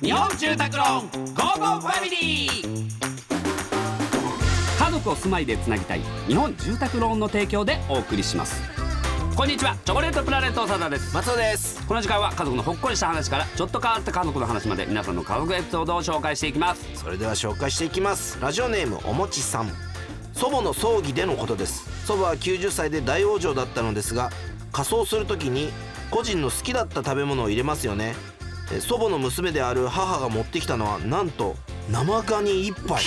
日本住宅ローンゴーゴーファミリー家族を住まいでつなぎたい日本住宅ローンの提供でお送りしますこんにちはチョコレートプラネット長田です松尾ですこの時間は家族のほっこりした話からちょっと変わった家族の話まで皆さんの家族エピソードを紹介していきますそれでは紹介していきますラジオネームおもちさん祖母の葬儀でのことです祖母は90歳で大往生だったのですが仮葬する時に個人の好きだった食べ物を入れますよねえ祖母の娘である母が持ってきたのはなんと生ガニ一杯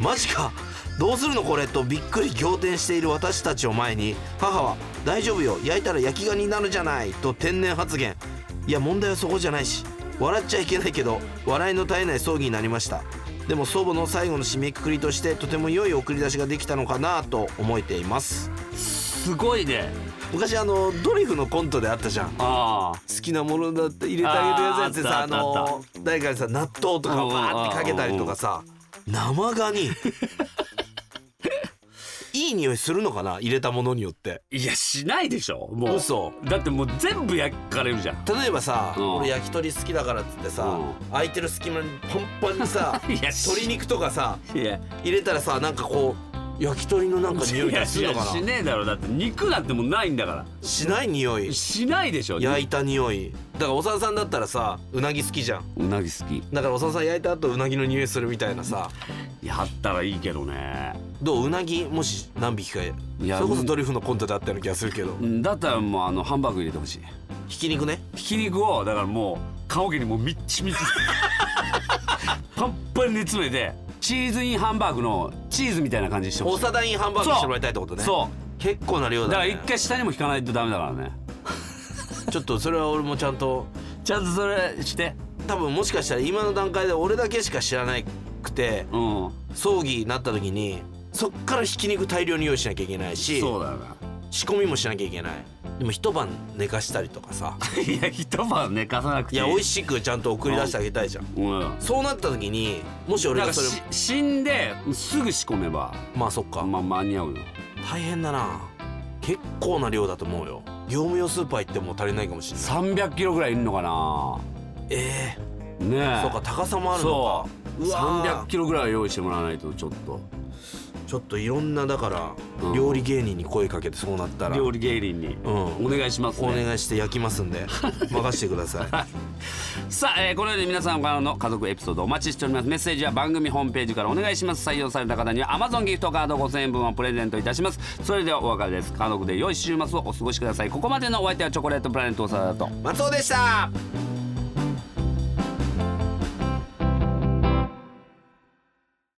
マジかどうするのこれとびっくり仰天している私たちを前に母は「大丈夫よ焼いたら焼きガニになるじゃない」と天然発言いや問題はそこじゃないし笑っちゃいけないけど笑いの絶えない葬儀になりましたでも祖母の最後の締めくくりとしてとても良い送り出しができたのかなと思えていますすごいね昔あのドリフのコントであったじゃん好ああきなものだって入れてあげるやつやつでさあーああったあったあったの誰かにさ納豆とかうんバーってかけたりとかさ生ガ ニいい匂いするのかな入れたものによっていやしないでしょもう嘘だってもう全部焼かれるじゃん例えばさ、うん俺焼き鳥好きだからっつってさ、うん空いてる隙間にパンパンにさ いや鶏肉とかさいや入れたらさなんかこう焼き鳥のなんか匂いがするのかいやいやしなねえだろだって肉なんてもうないんだかしない匂いらしないでしょ焼いた匂いだからおさんさんだったらさうなぎ好きじゃんうなぎ好きだからおさんさん焼いた後うなぎの匂いするみたいなさやったらいいけどねどううなぎもし何匹かやそれこうそんドリフのコントであったような気がするけどうんだったらもうあのハンバーグ入れてほしいひき肉ねひき肉をだからもう顔毛にもうみっちみちパンパンに詰めてチーズインハンバーグのチーズみたいな感じにしてほ大しい阪インハンバーグにしてもらいたいってことねそ結構なう量だだ,、からね、一回下にも引かないとダメだからねちょっとそれは俺もちゃんとちゃんとそれして多分もしかしたら今の段階で俺だけしか知らなくてうん葬儀になった時にそっからひき肉大量に用意しなきゃいけないしそうだよな仕込みもしなきゃいけないでも一晩寝かしたりと かさいや一晩寝かさなくいていや美味ししくちゃんと送り出してあげたいじゃんい、うん、そうなった時にもし俺なんがかそれし死んですぐ仕込めばまあそっか、まあ間に合うよ大変だな結構な量だと思うよ業務用スーパー行っても足りないかもしれない300キロぐらいいるのかなえねええそうか高さもあるのかそううわー300キロぐらいは用意してもらわないとちょっとちょっといろんなだから、うん料理芸人に声かけてそうなったら料理芸人にうんお願いしますおね願いして焼きま すんで任してくださいさあ、えーこのように皆さんからの家族エピソードお待ちしておりますメッセージは番組ホームページからお願いします採用された方には Amazon ギフトカード5000円分をプレゼントいたしますそれではお別れです家族で良い週末をお過ごしくださいここまでのお相手はチョコレートプラネット長田と松尾でした